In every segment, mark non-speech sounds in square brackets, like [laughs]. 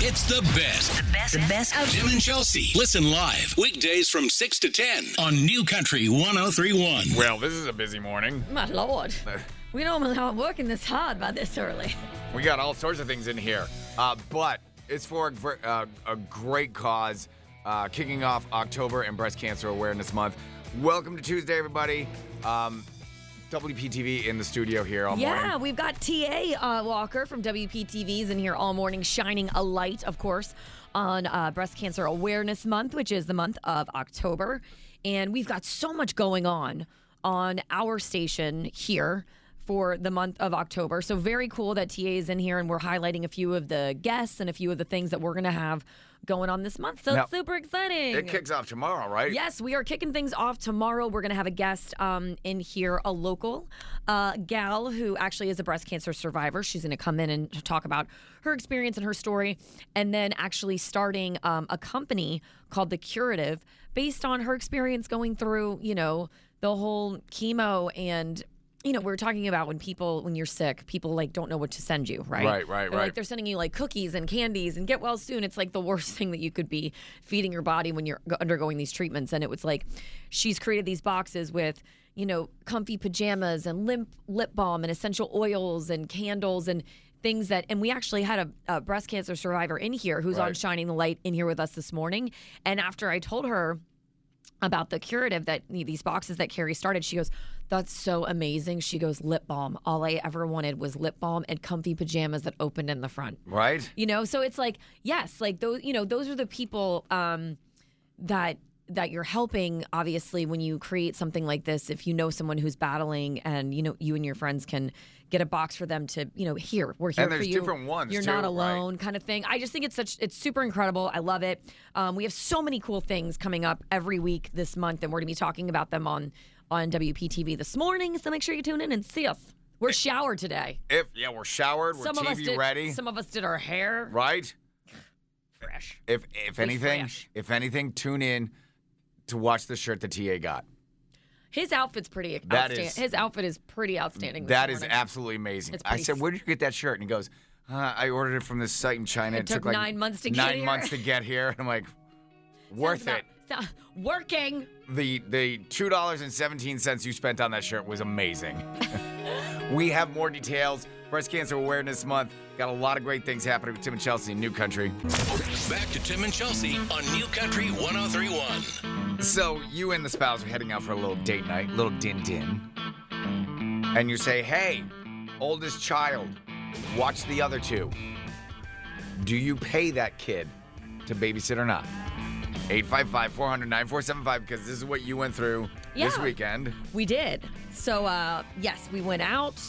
It's the best. The best, the best of Jim and Chelsea. Listen live weekdays from 6 to 10 on New Country 1031. Well, this is a busy morning. My lord. Oh, We normally aren't working this hard by this early. We got all sorts of things in here, uh, but it's for a, gr- uh, a great cause, uh, kicking off October and Breast Cancer Awareness Month. Welcome to Tuesday, everybody. Um, WPTV in the studio here all Yeah, morning. we've got TA uh, Walker from WPTV's in here all morning, shining a light, of course, on uh, Breast Cancer Awareness Month, which is the month of October. And we've got so much going on on our station here for the month of October. So, very cool that TA is in here and we're highlighting a few of the guests and a few of the things that we're going to have going on this month. So, Now- it's super exciting. It kicks off tomorrow, right? Yes, we are kicking things off tomorrow. We're going to have a guest um, in here, a local uh, gal who actually is a breast cancer survivor. She's going to come in and talk about her experience and her story, and then actually starting um, a company called The Curative based on her experience going through, you know, the whole chemo and. You know, we are talking about when people, when you're sick, people like don't know what to send you, right? Right, right, They're like, right. they're sending you like cookies and candies and get well soon. It's like the worst [laughs] thing that you could be feeding your body when you're g- undergoing these treatments. And it was like she's created these boxes with, you know, comfy pajamas and limp lip balm and essential oils and candles and things that and we actually had a, a breast cancer survivor in here who's on Right. shining the light in here with us this morning and after i told her about the curative that these boxes that Carrie started. She goes, That's so amazing. She goes, Lip balm. All I ever wanted was lip balm and comfy pajamas that opened in the front. Right? You know, so it's like, yes, like those, you know, those are the people um, that that you're helping obviously when you create something like this if you know someone who's battling and you know you and your friends can get a box for them to you know here we're here And there's for you different ones, you're too, not right? alone own kind of thing. I just think it's such it's super incredible. I love it. Um, we have so many cool things coming up every week this month, and we're gonna be talking about them on on WPTV this morning. So make sure you tune in and see us. We're showered today. If yeah, we're showered, we're some TV of us did, ready, Some of us did our hair right? fresh. If if anything, fresh. if anything, tune in to watch the shirt that TA got. His outfit's pretty That outstanding. is- His outfit is pretty outstanding. this That is morning. absolutely amazing. It's I pretty said, s- "Where did you get that shirt?" And he goes, uh, "I ordered it from this site in China. It took like nine months to get nine here." months to get here." And I'm like, "Worth Sounds it." about- so- [laughs] working. The the two dollars and seventeen cents you spent on that shirt was amazing. [laughs] we have more details. Breast Cancer Awareness Month got a lot of great things happening with Tim and Chelsea in New Country. Back to Tim and Chelsea on New Country 1031. So you and the spouse are heading out for a little date night, little din din, and you say, "Hey, oldest child, watch the other two. Do you pay that kid to babysit or not?" 855-400-9475 because this is what you went through this Yeah. weekend. We did. So uh, yes, we went out,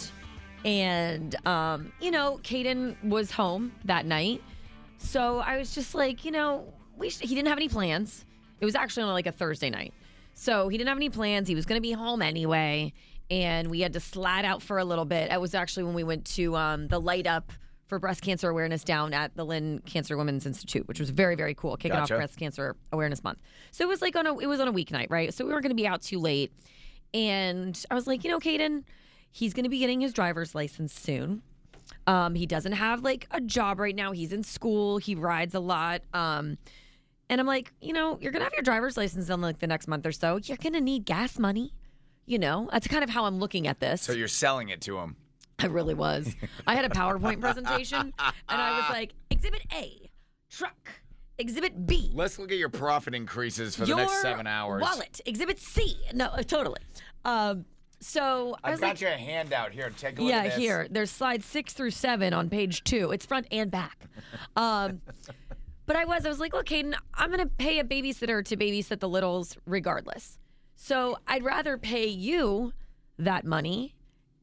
and um, you know, Caden was home that night. So I was just like, you know, we sh- he didn't have any plans. It was actually on like a Thursday night, so he didn't have any plans. He was going to be home anyway, and we had to slide out for a little bit. It was actually when we went to um, the light up for breast cancer awareness down at the Lynn Cancer Women's Institute, which was very very cool. Kicking Gotcha. off breast Cancer Awareness Month. So it was like on a it was on a weeknight, right? So we weren't going to be out too late. And I was like, you know, Caden, he's going to be getting his driver's license soon. Um, he doesn't have like a job right now. He's in school. He rides a lot. Um, and I'm like, you know, you're gonna have your driver's license in like the next month or so. You're gonna need gas money. You know, that's kind of how I'm looking at this. So you're selling it to him. I really was. I had [laughs] a PowerPoint presentation, and I was like, Exhibit A, truck. Exhibit B, Let's look at your profit increases for the next seven hours. Wallet. Exhibit C. No, uh, totally. Um, so I I've was got like, you a handout here. Take a look yeah, at this. here. There's slides six through seven on page two. It's front and back. Um, [laughs] but I was, I was like, look, Caden, I'm going to pay a babysitter to babysit the littles regardless. So I'd rather pay you that money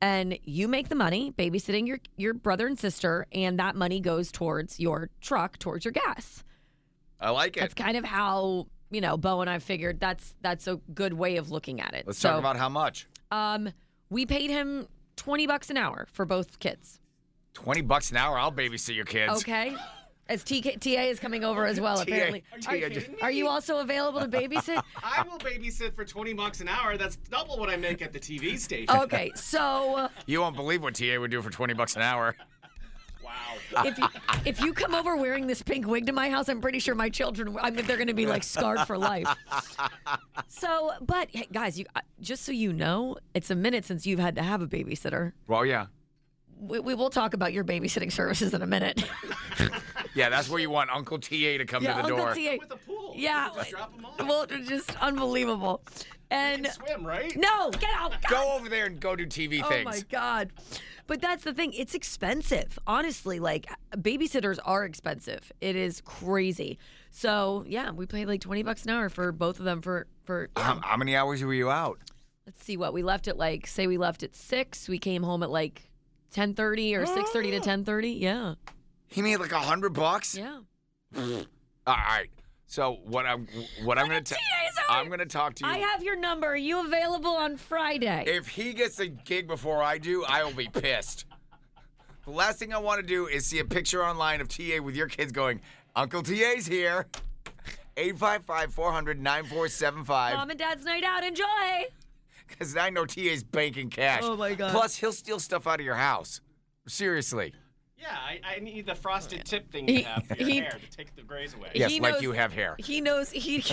and you make the money babysitting your, your brother and sister, and that money goes towards your truck, towards your gas I like it. that's kind of how you know Bo and I figured that's that's a good way of looking at it. Let's so, talk about how much. um, we paid him twenty bucks an hour for both kids. Twenty bucks an hour. I'll babysit your kids. Okay, as TK, TA is coming over as well. TA Apparently, Are you TA kidding me? are you also available [laughs] to babysit? I will babysit for 20 bucks an hour. That's double what I make at the [laughs] Oh, TV station. Okay, so uh, You won't believe what TA would do for 20 bucks an hour. If you, if you come over wearing this pink wig to my house, I'm pretty sure my children, I mean, they're going to be like scarred for [laughs] life. So, but hey, guys, you uh, just so you know, it's a minute since you've had to have a babysitter. Well, yeah. We, we will talk about your babysitting services in [laughs] a minute. Yeah, that's where you want Uncle TA to come yeah, to the Uncle door. TA. With a pool. Yeah. You can Just drop them off. Well, just unbelievable. And Swim, right? no, get out. Go over there and go do TV Oh things. my god. But that's the thing, it's expensive. Honestly, like babysitters are expensive. It is crazy. So, yeah, we paid like 20 bucks an hour for both of them for for How, Um, how many hours were you out? let's see what. We left at like say we left at 6, we came home at like 10:30 or 6:30 to 10:30. Yeah. He made like a hundred bucks. Yeah. All right. So what I'm what I'm gonna ta- TA's out. I'm gonna talk to you. I have your number. Are you available on Friday? if he gets a gig before I do, I will be pissed. The last thing I want to do is see a picture online of TA with your kids going, Uncle TA's here. 855 400 9475. Mom and Dad's night out. Enjoy. Because I know TA's banking cash. Oh, my God. Plus, he'll steal stuff out of your house. Seriously. Yeah, I, I need the frosted tip thing you He- have for your he- hair to take the grays away. Yes, He like knows- you have [laughs] hair. He knows he it's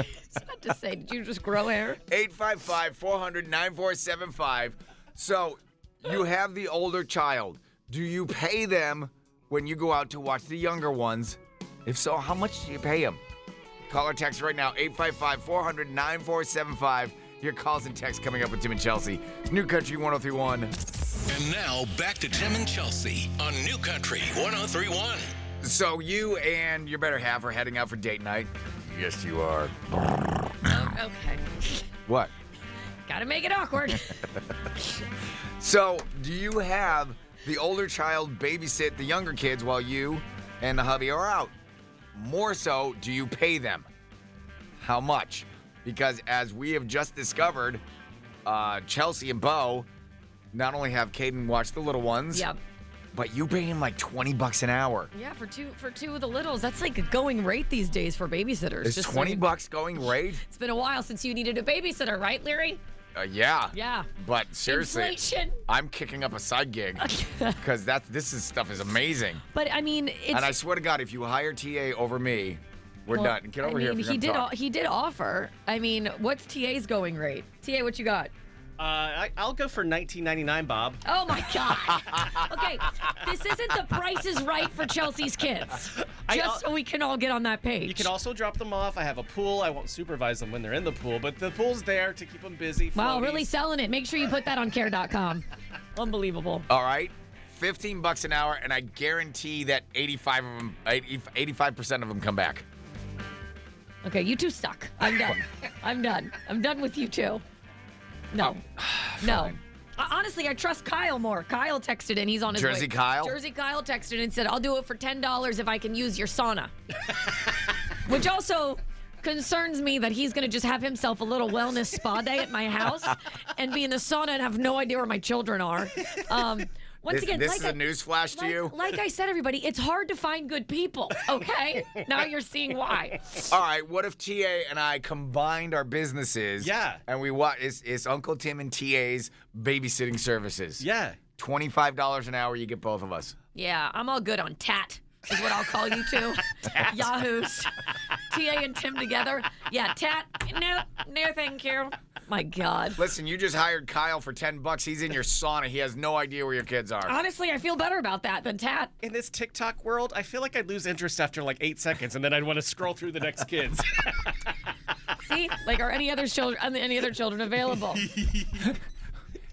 not to say, did you just grow hair? 855 400 9475. So you have the older child. Do you pay them when you go out to watch the younger ones? If so, how much do you pay them? Call or text right now 855 400 9475. Your calls and texts coming up with Tim and Chelsea. New Country 1031. And now back to Tim and Chelsea on New Country 1031. So you and your better half are heading out for date night. Yes, you are. Okay. What? Got to make it awkward. So, do you have the older child babysit the younger kids while you and the hubby are out? More so, do you pay them? How much? Because as we have just discovered, uh, Chelsea and Bo not only have Caden watch the little ones, yep. but you pay him like 20 bucks an hour. Yeah, for two for two of the littles, that's like a going rate these days for babysitters. Is Just so 20 you- bucks going [laughs] rate? It's been a while since you needed a babysitter, right, Leary? Uh, yeah. Yeah. But seriously, Inflation. I'm kicking up a side [laughs] gig because that this is stuff is amazing. But I mean, it's. And I swear to God, if you hire TA over me, we're well, done. Get over I here. If mean, you're he gonna did. talk. o- He did offer. I mean, what's TA's going rate? TA, what you got? Uh, I, I'll go for 19.99, Bob. Oh my [laughs] God. okay, this isn't the Price is Right for Chelsea's kids. I- Just so we can all get on that page. You can also drop them off. I have a pool. I won't supervise them when they're in the pool, but the pool's there to keep them busy. Wow, floaties. really selling it. Make sure you put that on care.com. Unbelievable. All right, fifteen bucks an hour, and I guarantee that eighty-five of them, 85 percent of them come back. Okay, you two suck. [laughs] I'm done. I'm done. I'm done with you two. No. no. Oh, [sighs] fine. Uh, Honestly, I trust Kyle more. Kyle texted and he's on his Jersey way. Kyle? Jersey Kyle texted and said, "I'll do it for ten dollars if I can use [laughs] your sauna," which also concerns me that he's going to just have himself a little wellness spa day at my house and be in the sauna and have no idea where my children are. Um, once This, again, this like is I- a news flash to like, you. like I said, everybody, it's hard to find good people. [laughs] Okay, now you're seeing why. All right, what if TA and I combined our businesses? Yeah. And we what is is Uncle Tim and TA's babysitting services? Yeah. Twenty-five dollars an hour, you get both of us. Yeah, I'm all good on tat. Is what I'll call you two. Yahoos. TA and Tim together. Yeah, tat. No, no, thank you. My God. Listen, you just hired Kyle for ten bucks. He's in your sauna. He has no idea where your kids are. Honestly, I feel better about that than tat. In this TikTok world, I feel like I'd lose interest after like eight seconds, and then I'd want to scroll through the next [laughs] kids. See, like, are any other children any other children available?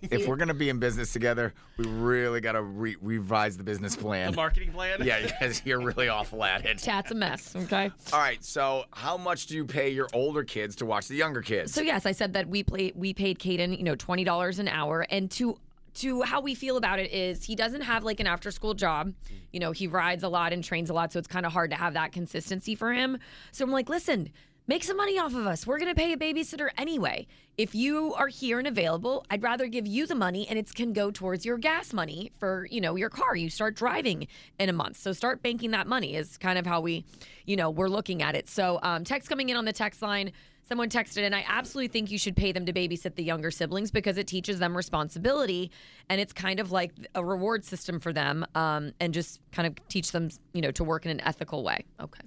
if we're gonna be in business together, we really gotta re- revise the business the plan. marketing plan. yeah, because you're really awful at it. Tat's a mess. Okay. All right, so how much do you pay your older kids to watch the younger kids? So yes, I said that we play we paid Caden, you know, twenty dollars an hour, and to to how we feel about it is he doesn't have like an after school job. You know, he rides a lot and trains a lot, so it's kind of hard to have that consistency for him. So I'm like, listen, Make some money off of us. We're going to pay a babysitter anyway. If you are here and available, I'd rather give you the money and it can go towards your gas money for, you know, your car. You start driving in a month. So start banking that money is kind of how we, you know, we're looking at it. So um, text coming in on the text line. Someone texted, and I absolutely think you should pay them to babysit the younger siblings because it teaches them responsibility, and it's kind of like a reward system for them, um, and just kind of teach them, you know, to work in an ethical way. Okay,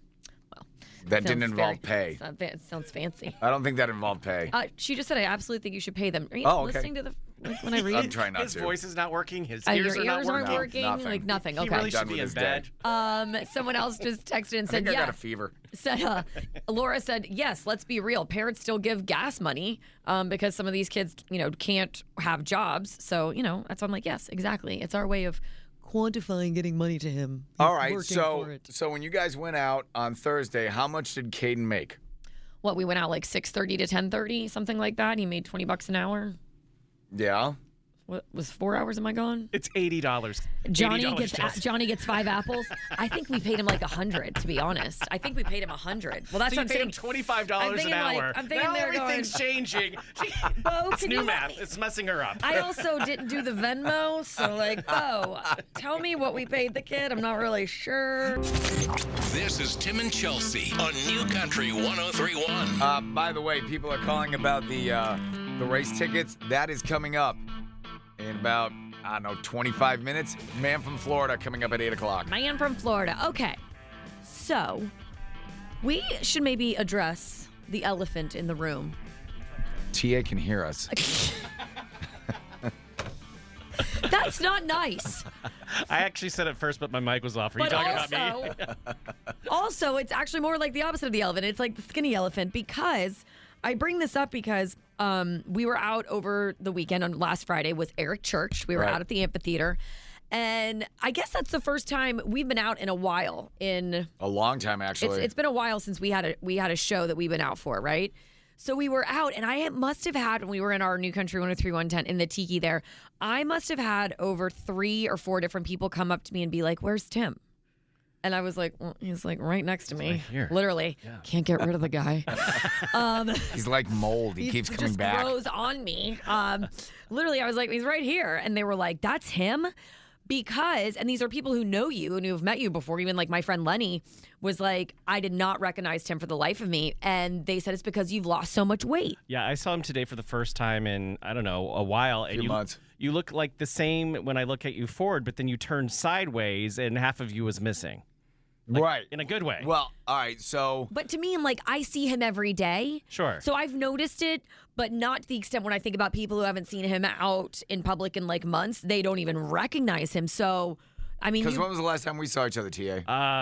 well, That didn't sounds involve very- pay. sound- fa- Sounds fancy. I don't think that involved pay. Uh, she just said, I absolutely think you should pay them. Are you Oh, okay. Uh, listening to the like, when I read? I'm trying not his to. voice is not working. His Uh, ears, your ears are aren't not working. working. nothing. Like nothing. He Okay. really done should be with in his day. bed. um, someone else just texted and I said, think I "Yeah." got a fever. said uh, Laura said, "Yes, let's be real. Parents still give gas money um, because some of these kids, you know, can't have jobs. So you know, that's why I'm like, yes, exactly. It's our way of quantifying getting money to him. He's All right, working for so it. so when you guys went out on Thursday, how much did Caden make? what we went out like 6:30 to 10:30, something like that. He made 20 bucks an hour. Yeah, What was four hours? Am I gone? It's eighty dollars. Johnny gets Johnny gets five apples. I think we paid him like a hundred. To be honest, I think we paid him a hundred. Well, that's So you what I'm paid him saying. twenty-five I'm dollars an thinking like- hour. I'm thinking now they're everything's [laughs] changing. Bo, it's can new you let math. me- It's messing her up. I also didn't do the Venmo, so like, oh, tell me what we paid the kid. I'm not really sure. This is Tim and Chelsea on New Country 1031. Uh, by the way, people are calling about the uh, the race tickets. That is coming up in about I don't know 25 minutes. Man from Florida coming up at eight o'clock. Man from Florida. Okay, so we should maybe address the elephant in the room. [laughs] Ta can hear us. That's not nice. I actually said it first, but my mic was off. Are you But talking also, about me? [laughs] also, it's actually more like the opposite of the elephant. It's like the skinny elephant because I bring this up because um, we were out over the weekend on last Friday with Eric Church. We were Right. out at the amphitheater. And I guess that's the first time we've been out in a while in A long time it's, actually. it's been a while since we had a we had a show that we've been out for, right? So we were out, and I must have had when we were in our new country 103 tent in the tiki there, I must have had over three or four different people come up to me and be like, "Where's Tim?" And I was like, well, "He's like right next to me, here. literally. Can't get rid of the guy." um, He's like mold. He he keeps coming just back. grows on me. Um, [laughs] literally, I was like, he's right here, and they were like, that's him. Because, and these are people who know you and who have met you before. Even like my friend Lenny was like, I did not recognize him for the life of me. And they said it's because you've lost so much weight. Yeah, I saw him today for the first time in I don't know a while. and Few you, months. You look like the same when I look at you forward, but then you turn sideways and half of you is missing right. in a good way. Well, all right. So But to me, I'm like, I see him every day. Sure. So I've noticed it, but not to the extent when I think about people who haven't seen him out in public in like months, they don't even recognize him. So, I mean, because you- when was the last time we saw each other, Ta?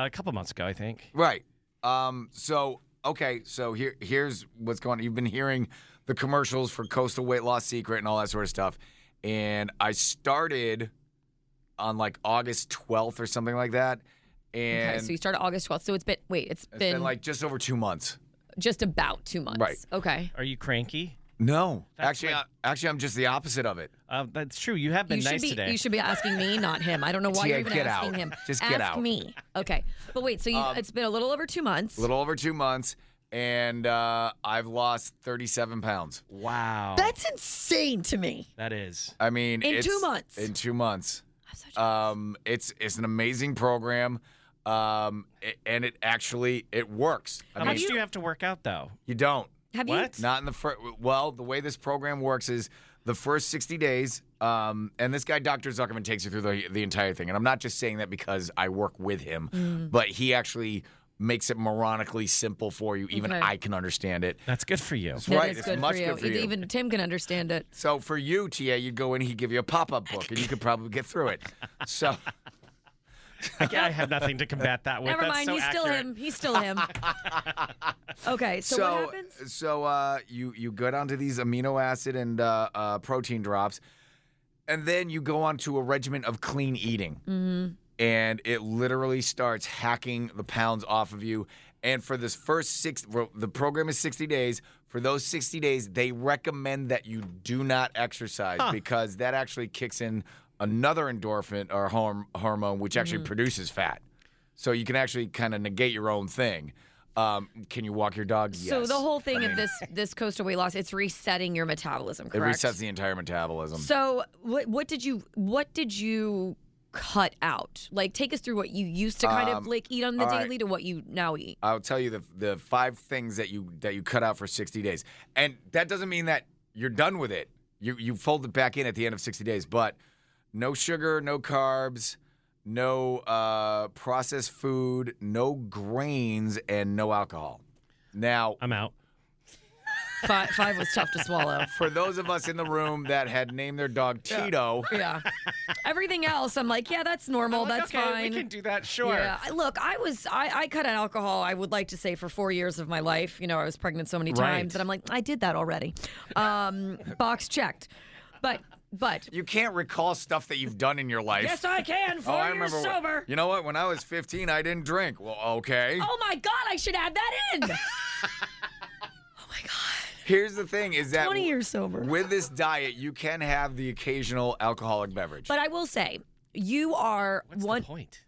uh, a couple months ago, I think. Right. Um, so okay, so here here's what's going on. You've been hearing the commercials for Coastal Weight Loss Secret and all that sort of stuff. And I started on like August 12th or something like that. And okay, so you started August 12th. So it's been, wait, it's been, like just over 2 months. just about two months. Right. Okay. Are you cranky? No. That's actually like- I, actually I'm just the opposite of it. Uh, that's true. You have been you nice should be today. you should be asking me, not him. I don't know why Yeah, you're even get asking out. him. Just Ask get out. me. Okay. But wait, so you, Um, it's been a little over two months. A little over 2 months and uh, I've lost 37 pounds. wow. [laughs] That's insane to me. that is. I mean, In two it's- months. In 2 months. I'm such a- Um, it's it's an amazing program, um, a- and it actually it works. How I mean, much do you have to work out though? you don't. Have what? Not in the first. Well, the way this program works is the first sixty days. Um, and this guy, Dr. Zuckerman, takes you through the the entire thing. And I'm not just saying that because I work with him, Mm. but he actually makes it moronically simple for you. Even Okay. I can understand it. That's good for you. [laughs] It's you? That right. is It's good much for you. good for Even- you. Even Tim can understand it. so for you, TA, you'd go in, he'd give you a pop up book, and you could probably get through it. So. I, I have nothing to combat that with. Never That's mind, so he's still accurate. him. He's still [laughs] him. okay, [laughs] so, what happens? so, uh, you you go down to these amino acid and uh, uh, protein drops, and then you go on to a regimen of clean eating, and it literally starts hacking the pounds off of you. And for this first six, well, the program is sixty days. For those sixty days, they recommend that you do not exercise because that actually kicks in another endorphin or Mm. horm- hormone, which actually produces fat. So you can actually kind of negate your own thing. Um, can you walk your dog? Yes. So the whole thing I mean, of this this coastal weight loss, it's resetting your metabolism, It correct? resets the entire metabolism. So what what did you what did you cut out? Like take us through what you used to kind Um, of like eat on the all right. daily to what you now eat. I'll tell you the the five things that you that you cut out for 60 days. And that doesn't mean that you're done with it. You you fold it back in at the end of 60 days, but no sugar, no carbs, no uh, processed food, no grains, and no alcohol. Now, I'm out. Five, five was tough to swallow. for those of us in the room that had named their dog Tito, Yeah. Everything else, I'm like, yeah, that's normal. I'm like, that's okay, fine. We can do that, sure. Yeah. I- Look, I was I, I cut out alcohol. I would like to say for four years of my life. You know, I was pregnant so many times, Right. and I'm like, I did that already. Um, box checked. But but you can't recall stuff that you've done in your life. yes, I can. Four Oh, I years remember. when- sober. You know what? When I was 15, I didn't drink. Well, okay. Oh my god, I should add that in. Here's the thing: is that 20 years sober. With this diet, you can have the occasional alcoholic beverage. But I will say, you are What's one. the point?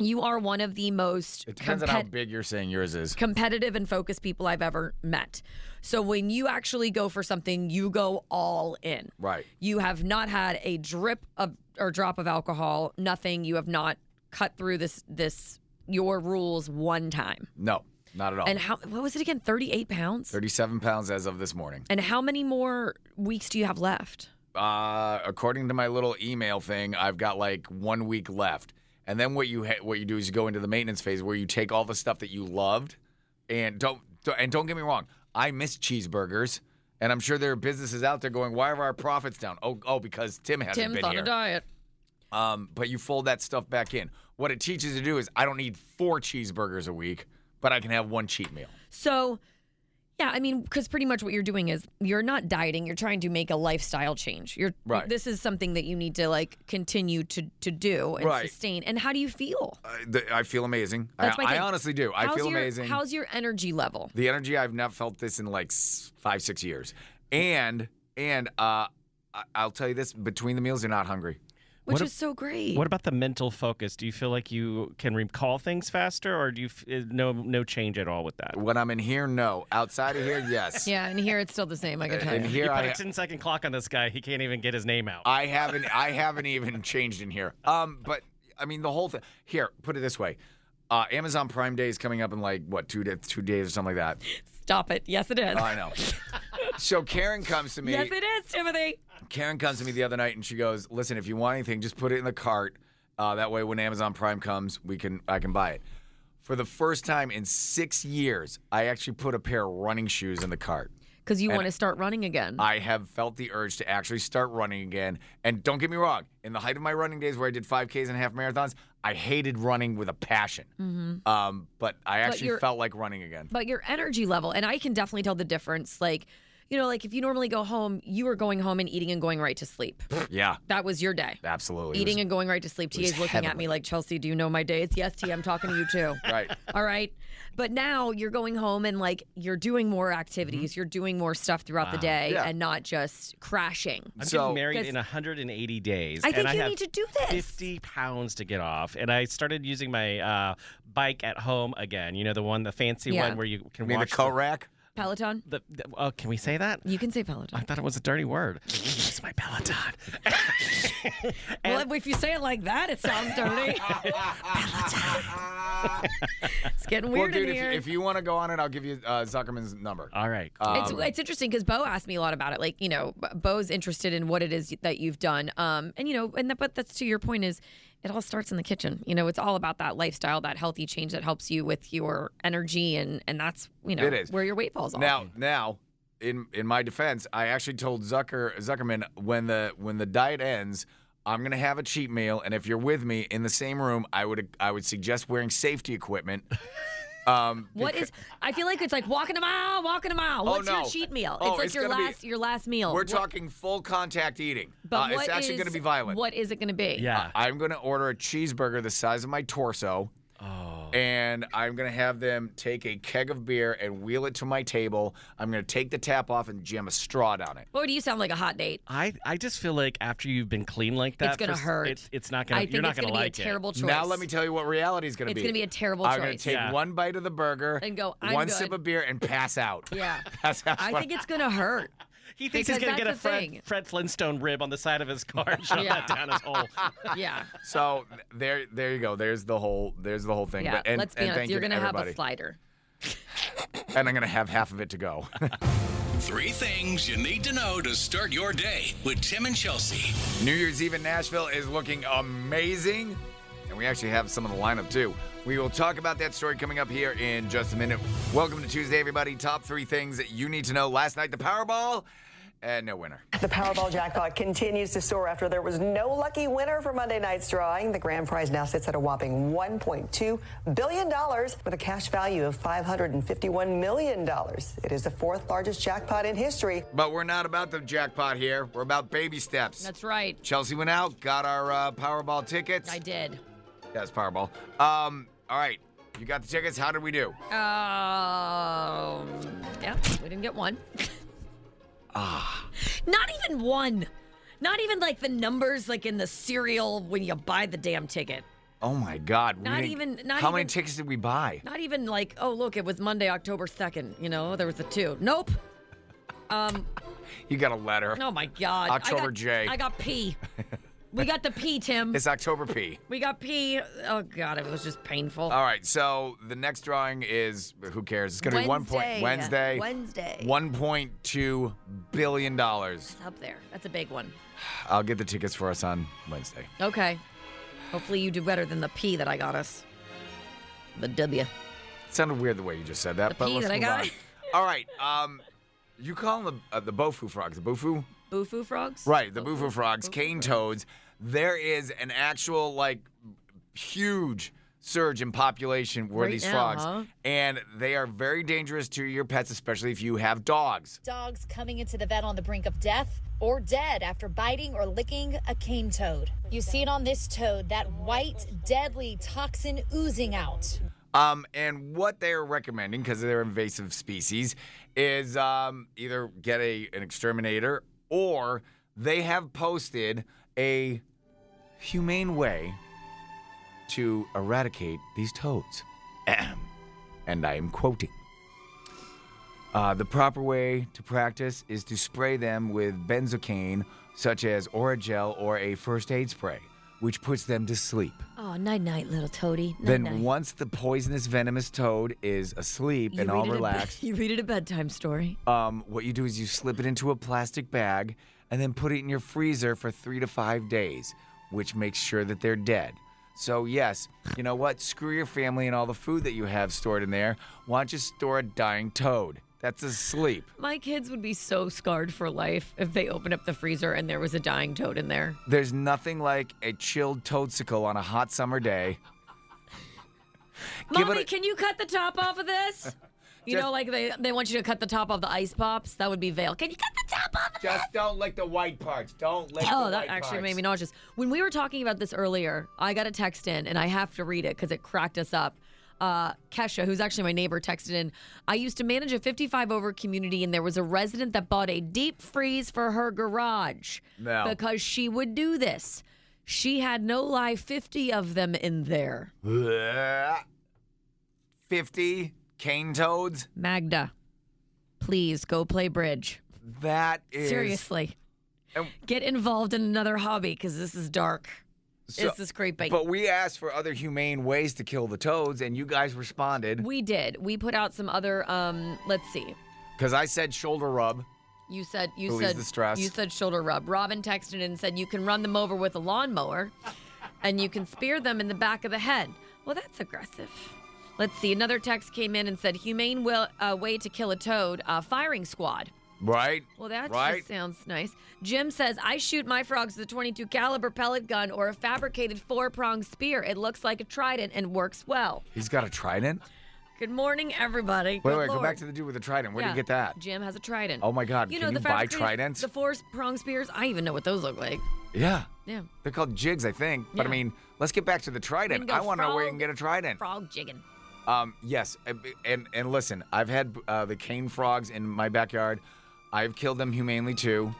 You are one of the most it depends on compet- how big you're saying yours is. competitive and focused people I've ever met. So when you actually go for something, you go all in. Right. You have not had a drip of or drop of alcohol, nothing. You have not cut through this this your rules one time. No, not at all. And how what was it again? 38 pounds? 37 pounds as of this morning. And how many more weeks do you have left? Uh, according to my little email thing, I've got like one week left. And then what you ha- what you do is you go into the maintenance phase where you take all the stuff that you loved, and don't don't- and don't get me wrong, I miss cheeseburgers, and I'm sure there are businesses out there going, why are our profits down? Oh, oh, because Tim hasn't Tim's been on here. a diet. Um, but you fold that stuff back in. What it teaches you to do is I don't need four cheeseburgers a week, but I can have one cheat meal. So, yeah, I mean, because pretty much what you're doing is you're not dieting. You're trying to make a lifestyle change. You're Right. This is something that you need to like continue to to do and Right. sustain. And how do you feel? Uh, the, I feel amazing. That's I, my I thing. honestly do. I how's feel your, amazing. How's your energy level? the energy I've not felt this in like s- five six years, and and uh, I- I'll tell you this: between the meals, you're not hungry. Which What a- is so great. What about the mental focus? Do you feel like you can recall things faster, or do you f- is no no change at all with that? When I'm in here, no. Outside of [laughs] here, yes. yeah, and here it's still the same. I can tell In you. here, you put I a 10 second clock on this guy. He can't even get his name Uh, out. I haven't I haven't even changed in here. Um, but I mean the whole thing. Here, put it this way: uh, Amazon Prime Day is coming up in like what two days, two days or something like that. Stop it. Yes, it is. Oh, I know. So Karen comes to me. yes, it is, Timothy. Karen comes to me the other night and she goes, "Listen, if you want anything, just put it in the cart. Uh, that way, when Amazon Prime comes, we can I can buy it." For the first time in six years, I actually put a pair of running shoes in the cart. Because you want to start running again. I have felt the urge to actually start running again. And don't get me wrong, in the height of my running days where I did 5Ks and half marathons, I hated running with a passion. Um, but I actually Mm-hmm. you're- felt like running again. but your energy level and i can definitely tell the difference like you know like if you normally go home you were going home and eating and going right to sleep yeah, that was your day absolutely. It eating was- and going right to sleep ta's looking at me heavenly. like chelsea do you know my days yes t i'm talking to you [laughs] too [laughs] right. all right but now you're going home and like you're doing more activities you're doing more stuff throughout the day Mm-hmm. Yeah. and not just [laughs] crashing I'm So- getting married 'Cause- in 180 days. i think and you have need to do this 50 pounds to get off. And I started using my uh, bike at home again. You know, the one, the fancy Yeah. one where you can I mean, the watch coat rack? peloton the, the, oh, can we say that? you can say I peloton thought it was a dirty [laughs] word. it's my Peloton. well if you say it like that it sounds dirty [laughs] peloton it's getting Well, weird dude, in if you, here Oh, if you want to go on it, I'll give you uh, Zuckerman's number. All right. It's, Um, it's interesting because Bo asked me a lot about it. Like, you know, B- Bo's interested in what it is that you've done. Um, and you know, and that, but that's to your point is, it all starts in the kitchen. You know, it's all about that lifestyle, that healthy change that helps you with your energy, and and that's you know It is. where your weight falls off. Now, now, in in my defense, I actually told Zucker Zuckerman when the when the diet ends, I'm gonna have a cheat meal, and if you're with me in the same room, I would I would suggest wearing safety equipment. Um, what is? I feel like it's like walking a mile, walking a mile. Oh, What's your no. cheat meal? Oh, it's like it's your gonna be- last your last meal. We're What- talking full contact eating. But uh, what it's actually is- gonna be violent. Ah. uh, What is it going to be? yeah. I'm gonna order a cheeseburger the size of my torso. oh. and I'm gonna have them take a keg of beer and wheel it to my table. I'm gonna take the tap off and jam a straw down it. Boy, do you sound like a hot date. I, I just feel like after you've been clean like that, It's gonna for s- hurt. It's, it's not I gonna. think you're not it's gonna, going to be a like terrible choice. Now let me tell you what reality is gonna It's be. gonna be a terrible I'm gonna choice. take Yeah. one bite of the burger And go, "I'm one good." sip of beer and pass out. Yeah. [laughs] That's how I think it's going to hurt. it. He thinks he's because gonna get a that's the Fred, thing. Fred Flintstone rib on the side of his car and shove Yeah. that down his [laughs] hole. Yeah. so. There, there you go. There's the whole. There's the whole thing. Yeah. But- and, Let's be and honest. thank You're you going to have everybody. a slider. and I'm gonna have half of it to go. Three things you need to know to start your day with Tim and Chelsea. New Year's Eve in Nashville is looking amazing. And we actually have some in the lineup too. We will talk about that story coming up here in just a minute. Welcome to Tuesday, everybody. Top three things that you need to know. Last night, the Powerball, and no winner. The Powerball jackpot continues to soar after there was no lucky winner for Monday night's drawing. The grand prize now sits at a whopping $1.2 billion with a cash value of $551 million. It is the fourth largest jackpot in history. But we're not about the jackpot here. We're about baby steps. That's right. Chelsea went out, got our uh, Powerball tickets. I did. That's Powerball. Um, all right, you got the tickets. How did we do? Um, yeah, we didn't get one. [laughs] Ah. Not even one. Not even like the numbers like in the cereal when you buy the damn ticket. Oh my God! we Not didn't- even- not how many even- tickets did we buy? Not even like, oh, look, it was Monday, October 2nd. You know, there was the two. Nope. Um, You got a letter. Oh, my God. I October got, J. I got [laughs] P. we got the P, Tim. It's October P. we got P. Oh, God, it was just painful. [laughs] All right, so the next drawing is who cares? It's going to be one point Wednesday. Wednesday. Wednesday. One point two billion dollars. It's up there. That's a big one. I'll get the tickets for us on Wednesday. Okay. Hopefully you do better than the P that I got us. The W. It sounded weird the way you just said that, The but pee let's that I move got. on. All right, um, you call them the, uh, the bofu frogs, the bofu? Boofoo frogs? Right, the bofu frogs, cane toads. There is an actual like huge surge in population where Right these now, frogs, huh? and they are very dangerous to your pets, especially if you have dogs. dogs coming into the vet on the brink of death or dead after biting or licking a cane toad. You see it on this toad, that white, deadly toxin oozing out. Um, and what they're recommending, because they're invasive species, is um, either get a an exterminator or they have posted a humane way to eradicate these toads. Ahem. and I am quoting. Uh, the proper way to practice is to spray them with benzocaine, such as Oragel or a first aid spray, which puts them to sleep. Oh, night night, little toady. Night Then night. once the poisonous venomous toad is asleep and all relaxed, [laughs] you read it a bedtime story. um, what you do is you slip it into a plastic bag and then put it in your freezer for three to five days, which makes sure that they're dead. So yes, you know what? Screw your family and all the food that you have stored in there. Why don't you store a dying toad? That's asleep. My kids would be so scarred for life if they opened up the freezer and there was a dying toad in there. There's nothing like a chilled toadsicle on a hot summer day. Give it Mommy, a- can you cut the top off [laughs] of this? You Just- know, like they, they want you to cut the top off the ice pops. That would be Vale. Can you cut the top off? of Just don't lick the white parts. Don't lick Oh, that actually made me nauseous. When we were talking about this earlier, I got a text in, and I have to read it because it cracked us up. Uh, Kesha, who's actually my neighbor, texted in. I used to manage a 55 over community, and there was a resident that bought a deep freeze for her garage No. because she would do this. She had no lie, 50 of them in there. 50 cane toads? Magda, please go play bridge. That is. Seriously, And- get involved in another hobby because this is dark. So- this is creepy. But we asked for other humane ways to kill the toads, and you guys responded. We did. We put out some other. Um, let's see. Because I said shoulder rub. You said you Release said the stress. you said shoulder rub. Robin texted and said you can run them over with a lawnmower, and you can spear them in the back of the head. Well, that's aggressive. Let's see. Another text came in and said humane will, uh, way to kill a toad. Uh, firing squad. Right? Well, that Right? just sounds nice. Jim says I shoot my frogs with a 22 caliber pellet gun or a fabricated four pronged spear. It looks like a trident and works well. He's got a trident? Good morning, everybody. Wait, Good wait, go back Lord. to the dude with the trident. Where do Yeah. you get that? Jim has a trident. Oh my God, You can know you the buy fabricated- tridents? The four prong spears. I even know what those look like. Yeah. Yeah. They're called jigs, I think. But I Yeah. mean, let's get back to the We can trident. go I want to know where you frog- can get a trident. Frog jigging. Um, yes, and- and and listen, I've had uh, the cane frogs in my backyard. I've killed them humanely too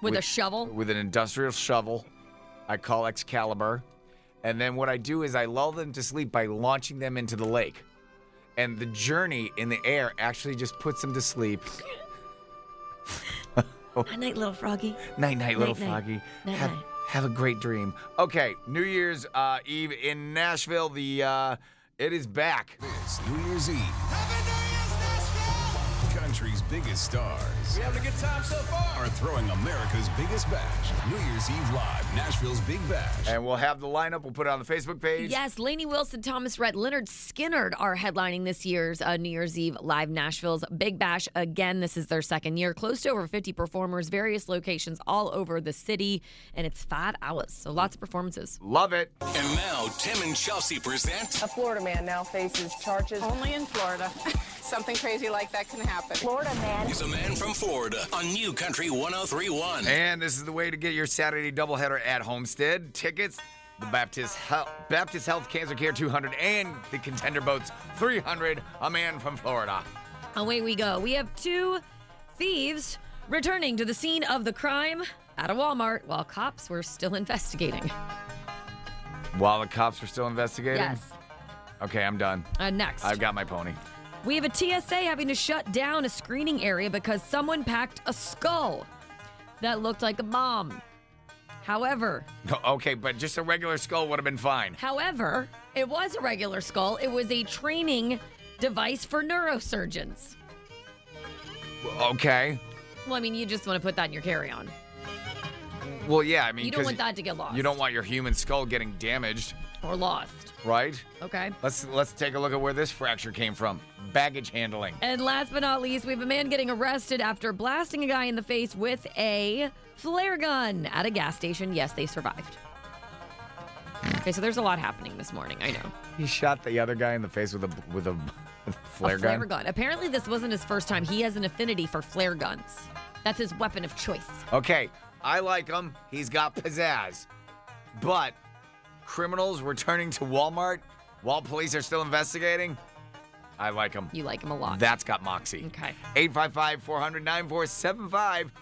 With, a With- shovel. with an industrial shovel. I call Excalibur, and then what I do is I lull them to sleep by launching them into the lake, and the journey in the air actually just puts them to sleep. [laughs] Night night, little froggy. Night night, little Night-night. froggy. Have, Night-night. have a great dream. Okay, New Year's uh, Eve in Nashville. The uh, it is back. It's New Year's Eve. Country's biggest stars We having a good time so far. are throwing America's biggest bash. New Year's Eve live, Nashville's Big Bash. And we'll have the lineup. We'll put it on the Facebook page. Yes, Laney Wilson, Thomas Rhett, Leonard Skinnard are headlining this year's uh, New Year's Eve Live Nashville's Big Bash. Again, this is their second year. Close to over 50 performers, various locations all over the city, and it's five hours. So lots of performances. Love it. And now, Tim and Chelsea present A Florida man now faces charges. Only in Florida. [laughs] Something crazy like that can happen. Florida man. Is a Man from Florida on New Country 1031. And this is the way to get your Saturday doubleheader at Homestead. Tickets, the Baptist Health, Baptist Health Cancer Care 200 and the Contender Boats 300, a man from Florida. Away we go. We have two thieves returning to the scene of the crime at a Walmart while cops were still investigating. While the cops were still investigating? Yes. Okay, I'm done. Uh, next. I've got my pony. We have a TSA having to shut down a screening area because someone packed a skull that looked like a bomb. However, No, Okay, but just a regular skull would have been fine. however, it was a regular skull. It was a training device for neurosurgeons. Okay. Well, I mean, you just want to put that in your carry-on. Well, yeah, I mean, You don't 'cause want that to get lost. You don't want your human skull getting damaged, Or lost. right? Okay. Let's let's take a look at where this fracture came from. Baggage handling. And last but not least, we have a man getting arrested after blasting a guy in the face with a flare gun at a gas station. Yes, they survived. Okay, so there's a lot happening this morning. I know. He shot the other guy in the face with a with a, [laughs] with a flare a gun. flare gun. Apparently, this wasn't his first time. He has an affinity for flare guns. That's his weapon of choice. Okay, I like him. He's got pizzazz. But criminals returning to Walmart while police are still investigating, I like him. You like him a lot. That's got moxie. okay. 855 400 9475.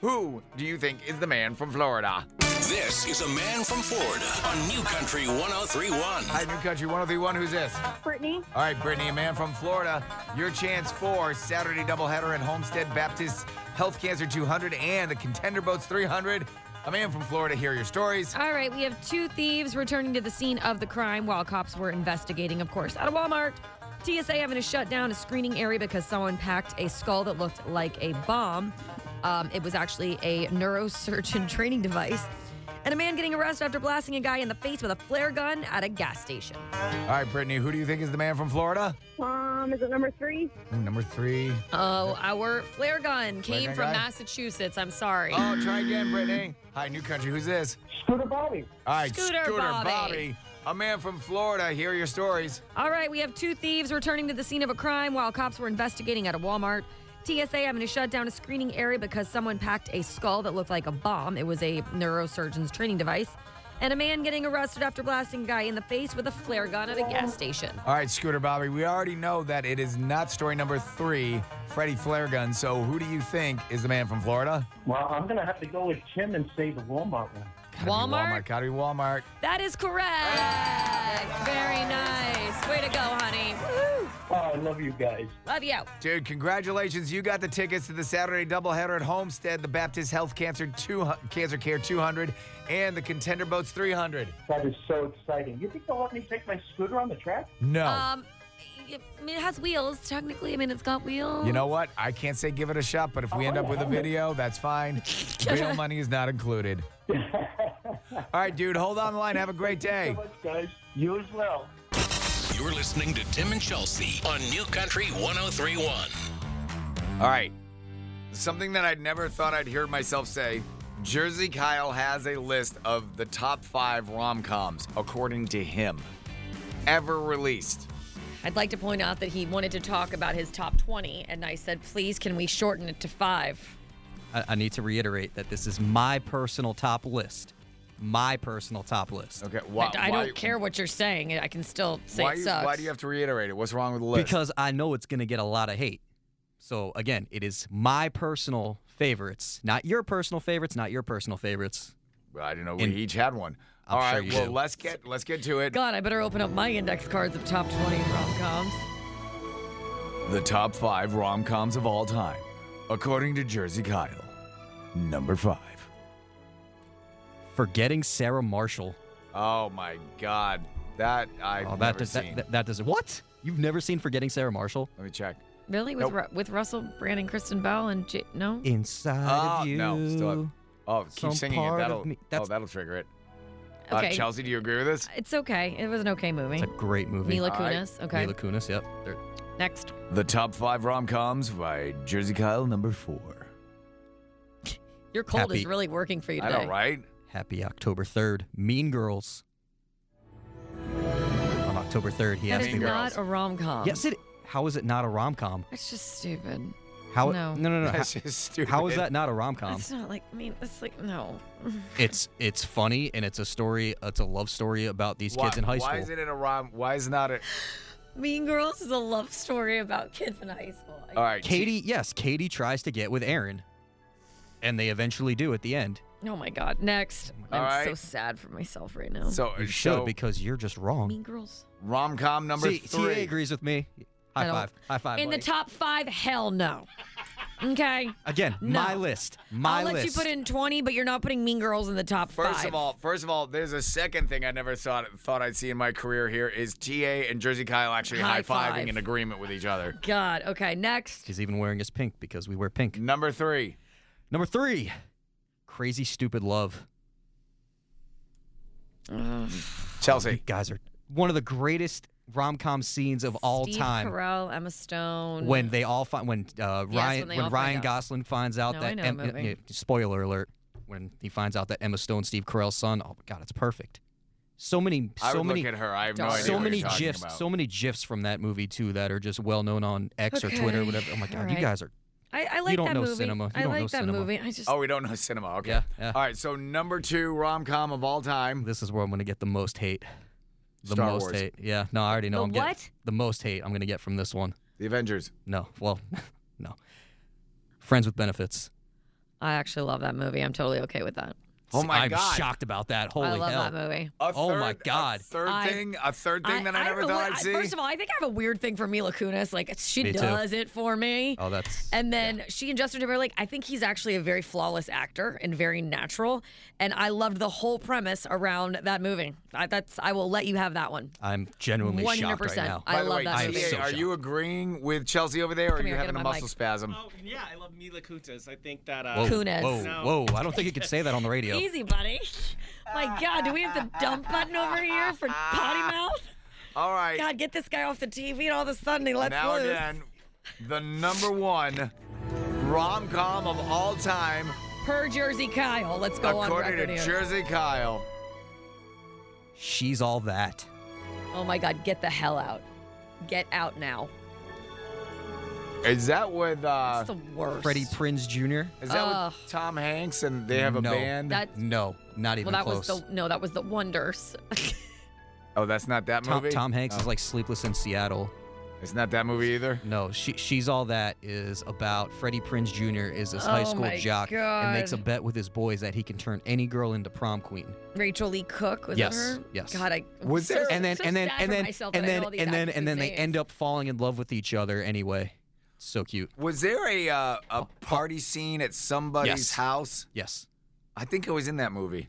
Who do you think is the man from Florida? This is a Man from Florida on New Country 1031. Hi, New Country 1031. Who's this? Brittany, All right, Brittany, a man from Florida. Your chance for Saturday doubleheader at Homestead Baptist Health Cancer 200 and the Contender Boats 300. A man from Florida, hear your stories. All right, we have two thieves returning to the scene of the crime while cops were investigating, of course, at a Walmart. TSA having to shut down a screening area because someone packed a skull that looked like a bomb. Um, it was actually a neurosurgeon [laughs] training device. And a man getting arrested after blasting a guy in the face with a flare gun at a gas station. All right, Brittany, who do you think is the man from Florida? um, is it number three? Number three. Oh, our flare gun came gun from guy? Massachusetts. I'm sorry. Oh, try again, Brittany. Hi, New Country. Who's this? Scooter Bobby. All right, Scooter Bobby. a man from Florida. Hear your stories. All right, we have two thieves returning to the scene of a crime while cops were investigating at a Walmart. TSA having to shut down a screening area because someone packed a skull that looked like a bomb. It was a neurosurgeon's training device. And a man getting arrested after blasting a guy in the face with a flare gun at a gas station. All right, Scooter Bobby. We already know that it is not story number three, Freddie Flare Gun. So, who do you think is the man from Florida? Well, I'm gonna have to go with Tim and say the Walmart one. Gotta be Walmart. Walmart? Gotta be Walmart. That is correct. Very nice. Way to go, honey. Woo. Oh, I love you guys. Love you. Dude, congratulations. You got the tickets to the Saturday doubleheader at Homestead, the Baptist Health Cancer, two, Cancer Care 200, and the Contender Boats 300. That is so exciting. You think they'll let me take my scooter on the track? No. Um, I mean, it has wheels, technically. I mean, it's got wheels. You know what? I can't say give it a shot, but if we end up with a video, that's [laughs] fine. Real money is not included. All right, dude, hold on the line. Have a great day. So much, guys. You as well. You're listening to Tim and Chelsea on New Country 1031. All right. Something that I'd never thought I'd hear myself say Jersey Kyle has a list of the top five rom coms, according to him, ever released. I'd like to point out that he wanted to talk about his top 20, and I said, please, can we shorten it to five? I, I need to reiterate that this is my personal top list. My personal top list. Okay. I, I don't care what you're saying. I can still say why it you- sucks. why do you have to reiterate it? What's wrong with the list? Because I know it's going to get a lot of hate. So again, it is my personal favorites, not your personal favorites, not your personal favorites. I didn't know we each had one. All right. well, let's get let's get to it. God, I better open up my index cards of top 20 rom coms. The top five rom coms of all time, according to Jersey Kyle. Number five. Forgetting Sarah Marshall. Oh my God, that I've Oh, never that, does, seen. that, that, that does What? You've never seen Forgetting Sarah Marshall? Let me check. Really? With Nope. Ru- with Russell Brand and Kristen Bell and J- no? Inside Oh, of you. no, still have- oh, keep some singing it. part of That'll me- oh, that'll trigger it. Uh, Okay. Chelsea, do you agree with this? It's okay. It was an okay movie. It's a great movie. Mila Kunis. Okay. Mila Kunis, yep. There- Next. The top five rom coms by Jersey Kyle, number four. Your cold is Happy- really working for you today. right? Happy October 3rd. Mean Girls. On October 3rd, he That asked is me. not a rom com. Yes, it. How is it not a rom com? It's just stupid. How? No. no, no. no. That's how, just stupid. How is that not a rom com? It's not like I mean, it's like no. [laughs] It's it's funny and it's a story. It's a love story about these Why- kids in high Why school. is it in a rom? Why is not it? mean Girls is a love story about kids in high school. All right, Katie. Yes, Katie tries to get with Aaron, and they eventually do at the end. Oh my god. Next. All I'm so right. sad for myself right now. Oh, So You should so because you're just wrong. Mean Girls. rom com number See, TA three. agrees with me. I High don't- five. High five. In the buddy. top five, hell no. Okay. Again, No. my list. My I'll let list. you put in 20, but you're not putting Mean Girls in the top five. First of all, first of all, there's a second thing I never thought thought I'd see in my career. Here is TA and Jersey Kyle actually High high five. fiving in agreement with each other. God. Okay. Next. She's even wearing his pink because we wear pink. Number three. Number three. Crazy Stupid Love. Chelsea. You guys are one of the greatest rom com scenes of all Steve time. Carell, Emma Stone. When they all find when uh, Yes, Ryan when they when, all find Ryan out. Gosling finds out No, I that know Em- the movie. yeah, spoiler alert when he finds out that Emma Stone Steve Carell's son oh my god it's perfect so many so I would many look at her. I have no idea so what many you're talking gifs about. so many gifs from that movie too that are just well known on X or Twitter Okay, or whatever oh my god you alright. guys are I, I You like don't that know movie. cinema. You I don't like know that cinema. movie. I just. Oh, we don't know cinema. Okay. Yeah, yeah. All right. So number two rom com of all time. this is where I'm gonna get the most hate the Star most Wars. hate yeah no I already know The I'm getting what? the most hate I'm gonna get from this one The Avengers. no well [laughs] no friends with benefits I actually love that movie. I'm totally okay with that. Oh my I'm God. shocked about that holy I love hell that movie. A oh my third- god A third I- thing. A third thing that I, never don't know thought what- I'd see. First of all, I think I have a weird thing for Mila Kunis. Like she Me too. does it for me. Oh, that's And then she and Justin Timberlake, I think he's actually a very flawless actor and very natural. And I loved the whole premise around that movie. I, that's I will let you have that one. I'm genuinely shocked right 100%. now. I By the love way, that TA, movie. I'm so are you agreeing with Chelsea over there, or are Come you here, get having on a my muscle mic. spasm? Oh, yeah, I love Mila Kunis. I think that. Uh, Whoa, Kunis. whoa, whoa! I don't think you could say that on the radio. Easy, buddy. [laughs] My God, do we have the dump button over here for potty mouth? All right. God, get this guy off the TV, and all of a sudden he lets now loose. again, the number one rom com of all time, Per Jersey Kyle, let's go on according record to here. Jersey Kyle. She's all that. Oh my God, get the hell out. Get out now. Is that with uh, That's the worst. Freddie Prinz Jr. is that Ugh. with Tom Hanks and they have a no, band? That- No, not well, even that close. was the no, that was the Wonders. [laughs] oh, that's not that Tom, movie. Tom Hanks is Oh. like Sleepless in Seattle. It's not that movie either. No, she, she's all that is about Freddie Prinz Jr. is this high Oh school my jock and makes a God. bet with his boys that he can turn any girl into prom queen. Rachel Lee Cook was Yes, that her? yes. God, I I'm Was so, there- And then so and then sad and for then myself and that I then know all these and then actors' and then they names. end up falling in love with each other anyway. So cute. Was there a uh, a party scene at somebody's Yes. house? Yes. I think I was in that movie.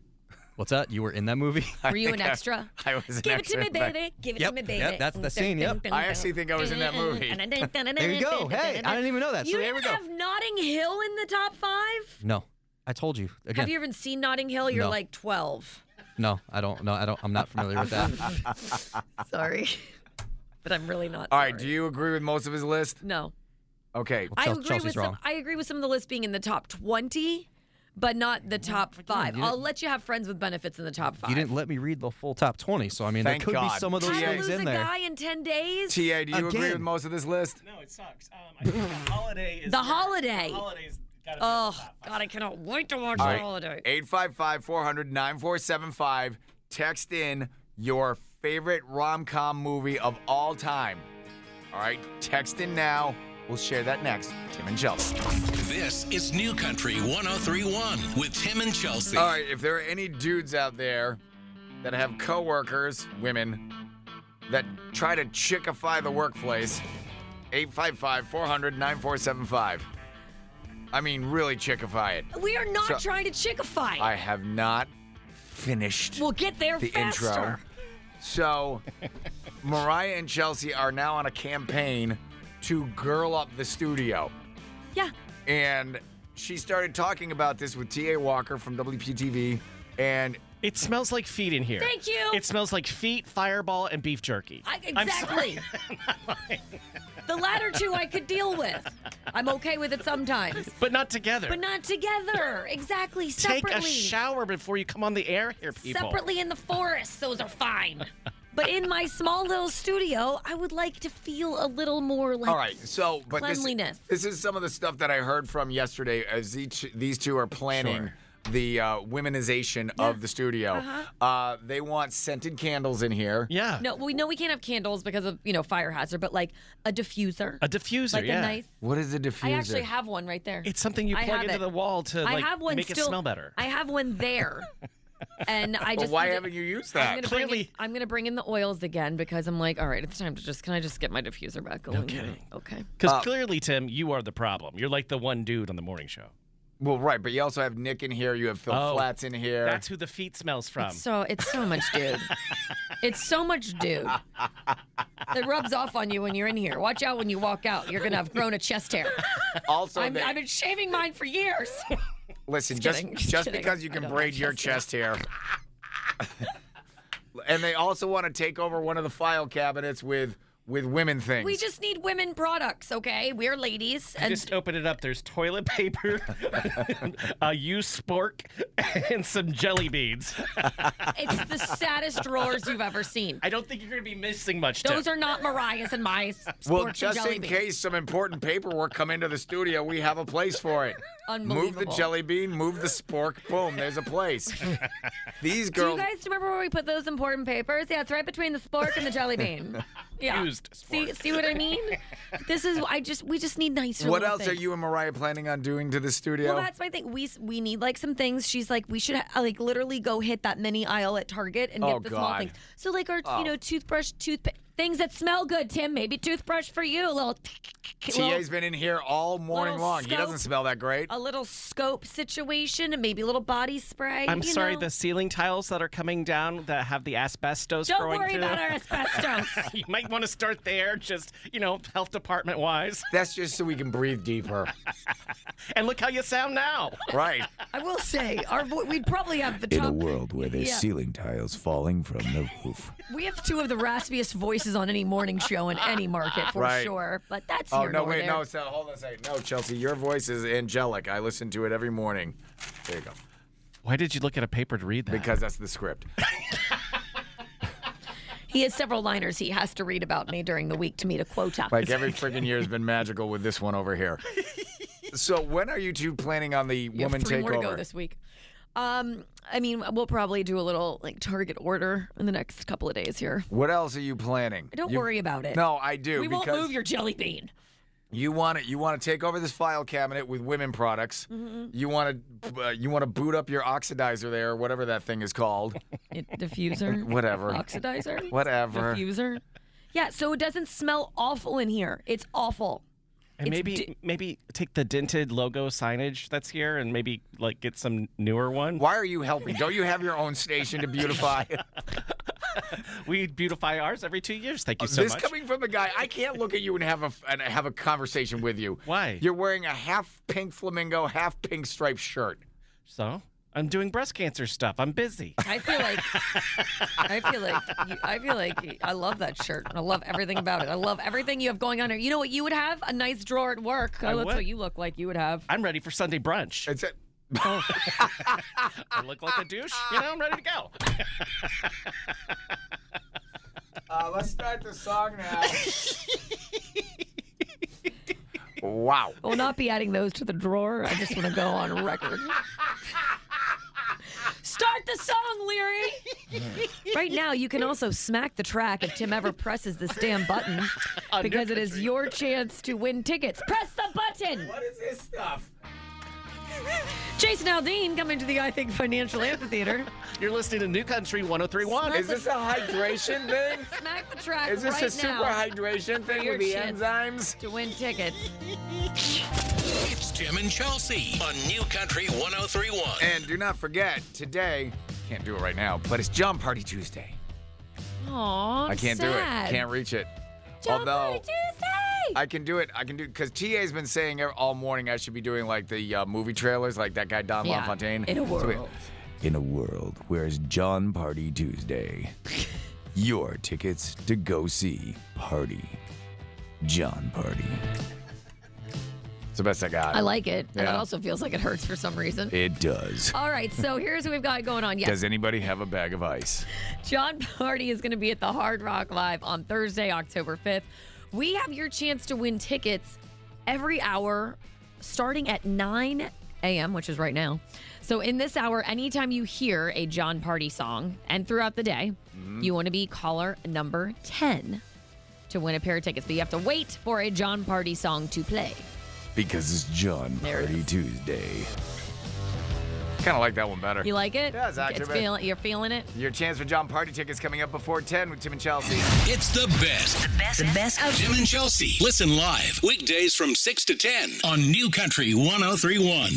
What's that? You were in that movie? [laughs] Were you [laughs] an I- extra? I was an Give it to extra me, in that. baby. Give it Yep, to me, baby. yep, that's the scene, yep. I actually think I was in that movie. There there you go. Hey, I didn't even know that. So You there we didn't go. have Notting Hill in the top five. No, I told you again. Have you even seen Notting Hill? You're No. like 12. No, I don't. No, I don't. I'm not familiar with that. Sorry, [laughs] but I'm really not. All right. sorry. Do you agree with most of his list? No. Okay. I Chel- agree Chelsea's with wrong. some. I agree with some of the list being in the top twenty, but not the top five. you I'll didn't- let you have friends with benefits in the top five. You didn't let me read the full top 20, so I mean, Thank there could God. be some of those How to things lose in a there. guy in ten days? TA, do you agree Again. with most of this list? No, it sucks. Um, I think the holiday is The where- Holiday. The holidays Oh, God, I cannot wait to watch All the holiday. right. 855 400 9475. Text in your favorite rom com movie of all time. All right. Text in now. We'll share that next. Tim and Chelsea. This is New Country 1031 with Tim and Chelsea. All right. If there are any dudes out there that have coworkers, women, that try to chickify the workplace, 855 400 9475. I mean, really chickify it. We are not So- trying to chickify. I have not finished. We'll get there the faster. intro. [laughs] So, Mariah and Chelsea are now on a campaign to girl up the studio. Yeah. And she started talking about this with T.A. Walker from WPTV. And it smells like feet in here. Thank you. It smells like feet, fireball, and beef jerky. I, I'm sorry. exactly. [laughs] the latter two I could deal with. I'm okay with it sometimes. But not together. But not together. Exactly. Take Separately. a shower before you come on the air here, people. Separately in the forest, those are fine. but in my small little studio, I would like to feel a little more like All right, so but this- cleanliness. This, is some of the stuff that I heard from yesterday as each these two are planning the uh, womenization of the studio. Uh-huh. Uh, they want scented candles in here. Yeah, No, we know we can't have candles because of you know fire hazard, but like a diffuser. A diffuser, like yeah. a nice. What is a diffuser? I actually have one right there. It's something you I plug have into it. the wall to I like have one make still- it smell better. I have one [laughs] there, and I But just. why need to- haven't you used I'm that? gonna bring in- I'm gonna bring in the oils again because I'm like, all right, it's time to just. Can I just get my diffuser back going? No kidding. Okay. Because Uh, clearly, Tim, you are the problem. You're like the one dude on the morning show. Well, right, but you also have Nick in here. You have Phil Oh, Flats in here. That's who the feet smells from. So it's so much dude. it's so much dude. It rubs off on you when you're in here. Watch out when you walk out. You're gonna have grown a [laughs] chest hair. [laughs] also, I'm, they- I've been shaving mine for years. listen, just Just kidding, just, [laughs] just kidding. because you I can don't braid like your chest hair. [laughs] and they also want to take over one of the file cabinets with with women things. we just need women products, okay? We're ladies, You and just open it up. There's toilet paper, [laughs] a used spork, and some jelly beans. it's the saddest drawers you've ever seen. I don't think you're gonna be missing much. Tim. Those are not Mariah's and my s- well, sports just and jelly in beans. case some important paperwork come into the studio, we have a place for it. Move the Unbelievable. jelly bean, move the spork, boom, there's a [laughs] place. These Do you girls guys remember where we put those important papers? Yeah, it's right between the spork and the [laughs] jelly bean. Yeah. Used See, see what I mean? This is I just we just need nicer. What little else are things. you and Mariah planning on doing to the studio? Well, that's my thing. We we need like some things. She's like, we should uh, like literally go hit that mini aisle at Target and get Oh, the small God. things. So like our Oh. you know toothbrush, toothpick, things that smell good. Tim, maybe toothbrush for you. A little, TA's been in here all morning little long. He doesn't scope. smell that great. a little scope situation, and maybe a little body spray. I'm you sorry, know? the ceiling tiles that are coming down that have the asbestos Don't growing worry through about them. our [laughs] [laughs] asbestos. you might want to start there, just, you know, health department wise. That's just so we can breathe deeper. And look how you sound now. [laughs] right. I will say, our vo- we'd probably have the top. world where there's Yeah. ceiling tiles falling from the roof. We have two of the raspiest voices on any morning show in any market for Right. sure. But that's Oh here no! nor Wait, there. no. So hold on a second. No, Chelsea, your voice is angelic. I listen to it every morning. There you go. Why did you look at a paper to read that? Because that's the script. He has several liners he has to read about me during the week to meet a quota. Like [laughs] every freaking year has been magical with this one over [laughs] here. So when are you two planning on the You have woman three takeover? more to go this week. Um, I mean, we'll probably do a little like Target order in the next couple of days here. What else are you planning? Don't You- worry about it. No, I do we because won't move your jelly bean. you want to you want to take over this file cabinet with women products. You want to uh, you want to boot up your oxidizer there, or whatever that thing is called. It, diffuser, [laughs] Whatever. oxidizer, Whatever. diffuser. Yeah, so it doesn't smell awful in here. It's awful. and it's maybe di- maybe take the dented logo signage that's here and maybe like get some newer one. Why are you helping? Don't you have your own station to [laughs] beautify? We beautify ours every two years. Thank you so Uh, this much. coming from a guy, I can't look at you and have a and have a conversation with you. Why? You're wearing a half pink flamingo, half pink striped shirt. so I'm doing breast cancer stuff. I'm busy. I feel like I feel like you- I feel like I love that shirt. I love everything about it. I love everything you have going on here. You know what you would have? A nice drawer at work. I Oh, that's would. what you look like. You would have. I'm ready for Sunday [laughs] brunch. It's a, I look like a douche. You know, I'm ready to go. uh, let's start the song now. Wow. I will not be adding those to the drawer. I just want to go on record. Start the song, Leary. right now, you can also smack the track if Tim ever presses this damn button because it is your chance to win tickets. Press the button. What is this stuff? Jason Aldean coming to the I Think Financial Amphitheater. You're listening to New Country 1031. Is this a hydration thing? Smack the track. Is this right a super now. hydration thing Your with the chance enzymes? To win tickets. It's Tim and Chelsea on New Country 1031. And do not forget, today, can't do it right now, but it's John Party Tuesday. Aw, I'm I can not sad. do it. Can't reach it. John Although Party Tuesday. I can do it. I can do because TA's been saying ev- all morning I should be doing like the uh, movie trailers, like that guy Don Yeah, LaFontaine. in a So we- world. in a world where's John Party [laughs] Tuesday. Your tickets to go see Party. John Party. It's the best I got. I like it, and it Yeah. also feels like it hurts for some reason. It does. All right, so here's what we've got going on. Yes, Does anybody have a bag of ice? John Party is going to be at the Hard Rock Live on Thursday, October 5th. We have your chance to win tickets every hour starting at 9 a.m., which is right now. So, in this hour, anytime you hear a John Party song and throughout the day, Mm-hmm. you want to be caller number 10 to win a pair of tickets. But you have to wait for a John Party song to play. Because it's John Party Tuesday. Kind of like that one better. You like it? Yeah, it's not It's too bad. feel- You're feeling it? Your chance for John Party tickets coming up before 10 with Tim and Chelsea. It's the best. The best. The best of Tim oh and Chelsea. Listen live weekdays from 6 to 10 on New Country 1031.